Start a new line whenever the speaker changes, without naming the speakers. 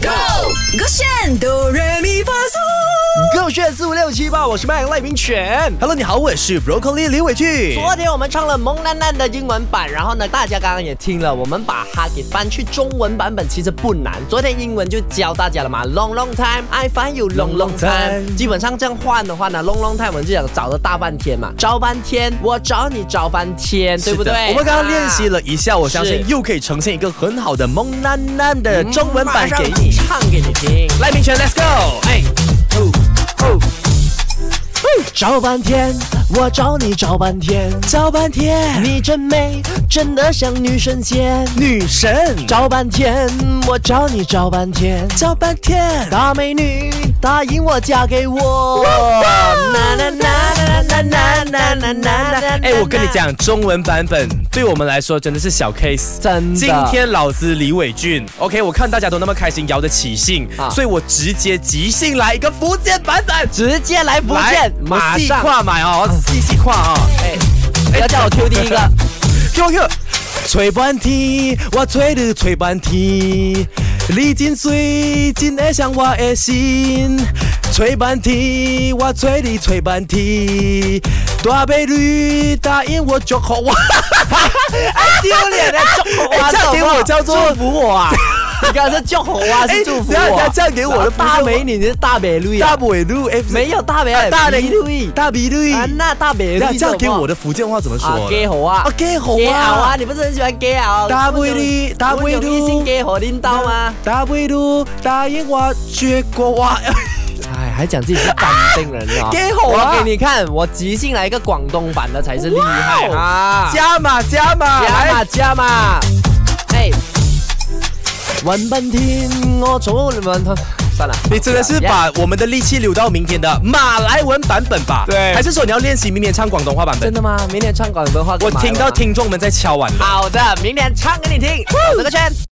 Go，
勾选哆来咪发嗦。
歌炫四五六七八，我是麦赖明全。
Hello，你好，我是 Broccoli 李伟俊。
昨天我们唱了蒙烂烂的英文版，然后呢，大家刚刚也听了，我们把它给翻去中文版本，其实不难。昨天英文就教大家了嘛，long long time，I find you long long time。基本上这样换的话呢，long long time 我们就想找了大半天嘛，找半天，我找你找半天，对不对
是的？我们刚刚练习
啊
了一下，我相信
是
又可以呈现一个很好的蒙娜娜的中文版给
啊嗯马上
你。
唱给你听。
赖明全，Let's go！
哎，哦哦。找半天，我找你找半天，
找半天，
你真美，真的像女神仙。
女神，
找半天，我找你找半天，
找半天，
大美女答应我嫁给我。
啦啦啦啦啦啦啦啦啦！哎，我跟你，讲，中文版本对我们来说真的是小 case。
真的，
今天老子李伟俊，OK，我看大家都那么开心，摇得起兴，
啊
所以我直接即兴来一个福建版本，
直接来福
来
建，
马
马
戏
上，啊
跨买哦，细细跨哦。
哎，要叫我 Q 第一个，
Q Q，吹半天，我吹你吹半天，你真水，真会伤我的心。吹半天，我吹你吹半天，大美女答应我祝福我。
哎，丢脸的祝福
哎
我，
这样给我叫做
祝福我啊！你刚才是祝福我啊，
哎
是祝福
等一下等一
我
下
啊。
这样给我的不是
大
我
美女，你是大美女啊
大？美女，哎，不是
没有大美女，
大
美女，
大美女。
啊，那大美女
那这样
是
给
什么
我的福建话怎么说
啊
呢？
，gay 猴啊
啊，gay 猴
，gay 猴啊，
啊！
你不是很喜欢 gay 猴？
大
不
美
是
女，大
不是
美
有异性
女，
gay 猴领导吗？
大美女答应我娶过我。
哎，还讲自己是当地人 啊
gay 猴啊
我给你看，我即兴来一个广东版的才是厉害
哇哦
啊！
加码加码，
加
来
嘛加嘛，哎，云半天，我走你们，算了，
你真的是把我们的力气留到明天的马来文版本吧？
对
还是说你要练习明天唱广东话版
真
本？
的吗？明天唱广东话干
我
嘛了吗，
听到听众们在敲碗了。
好的，明天唱给你听，我是个圈。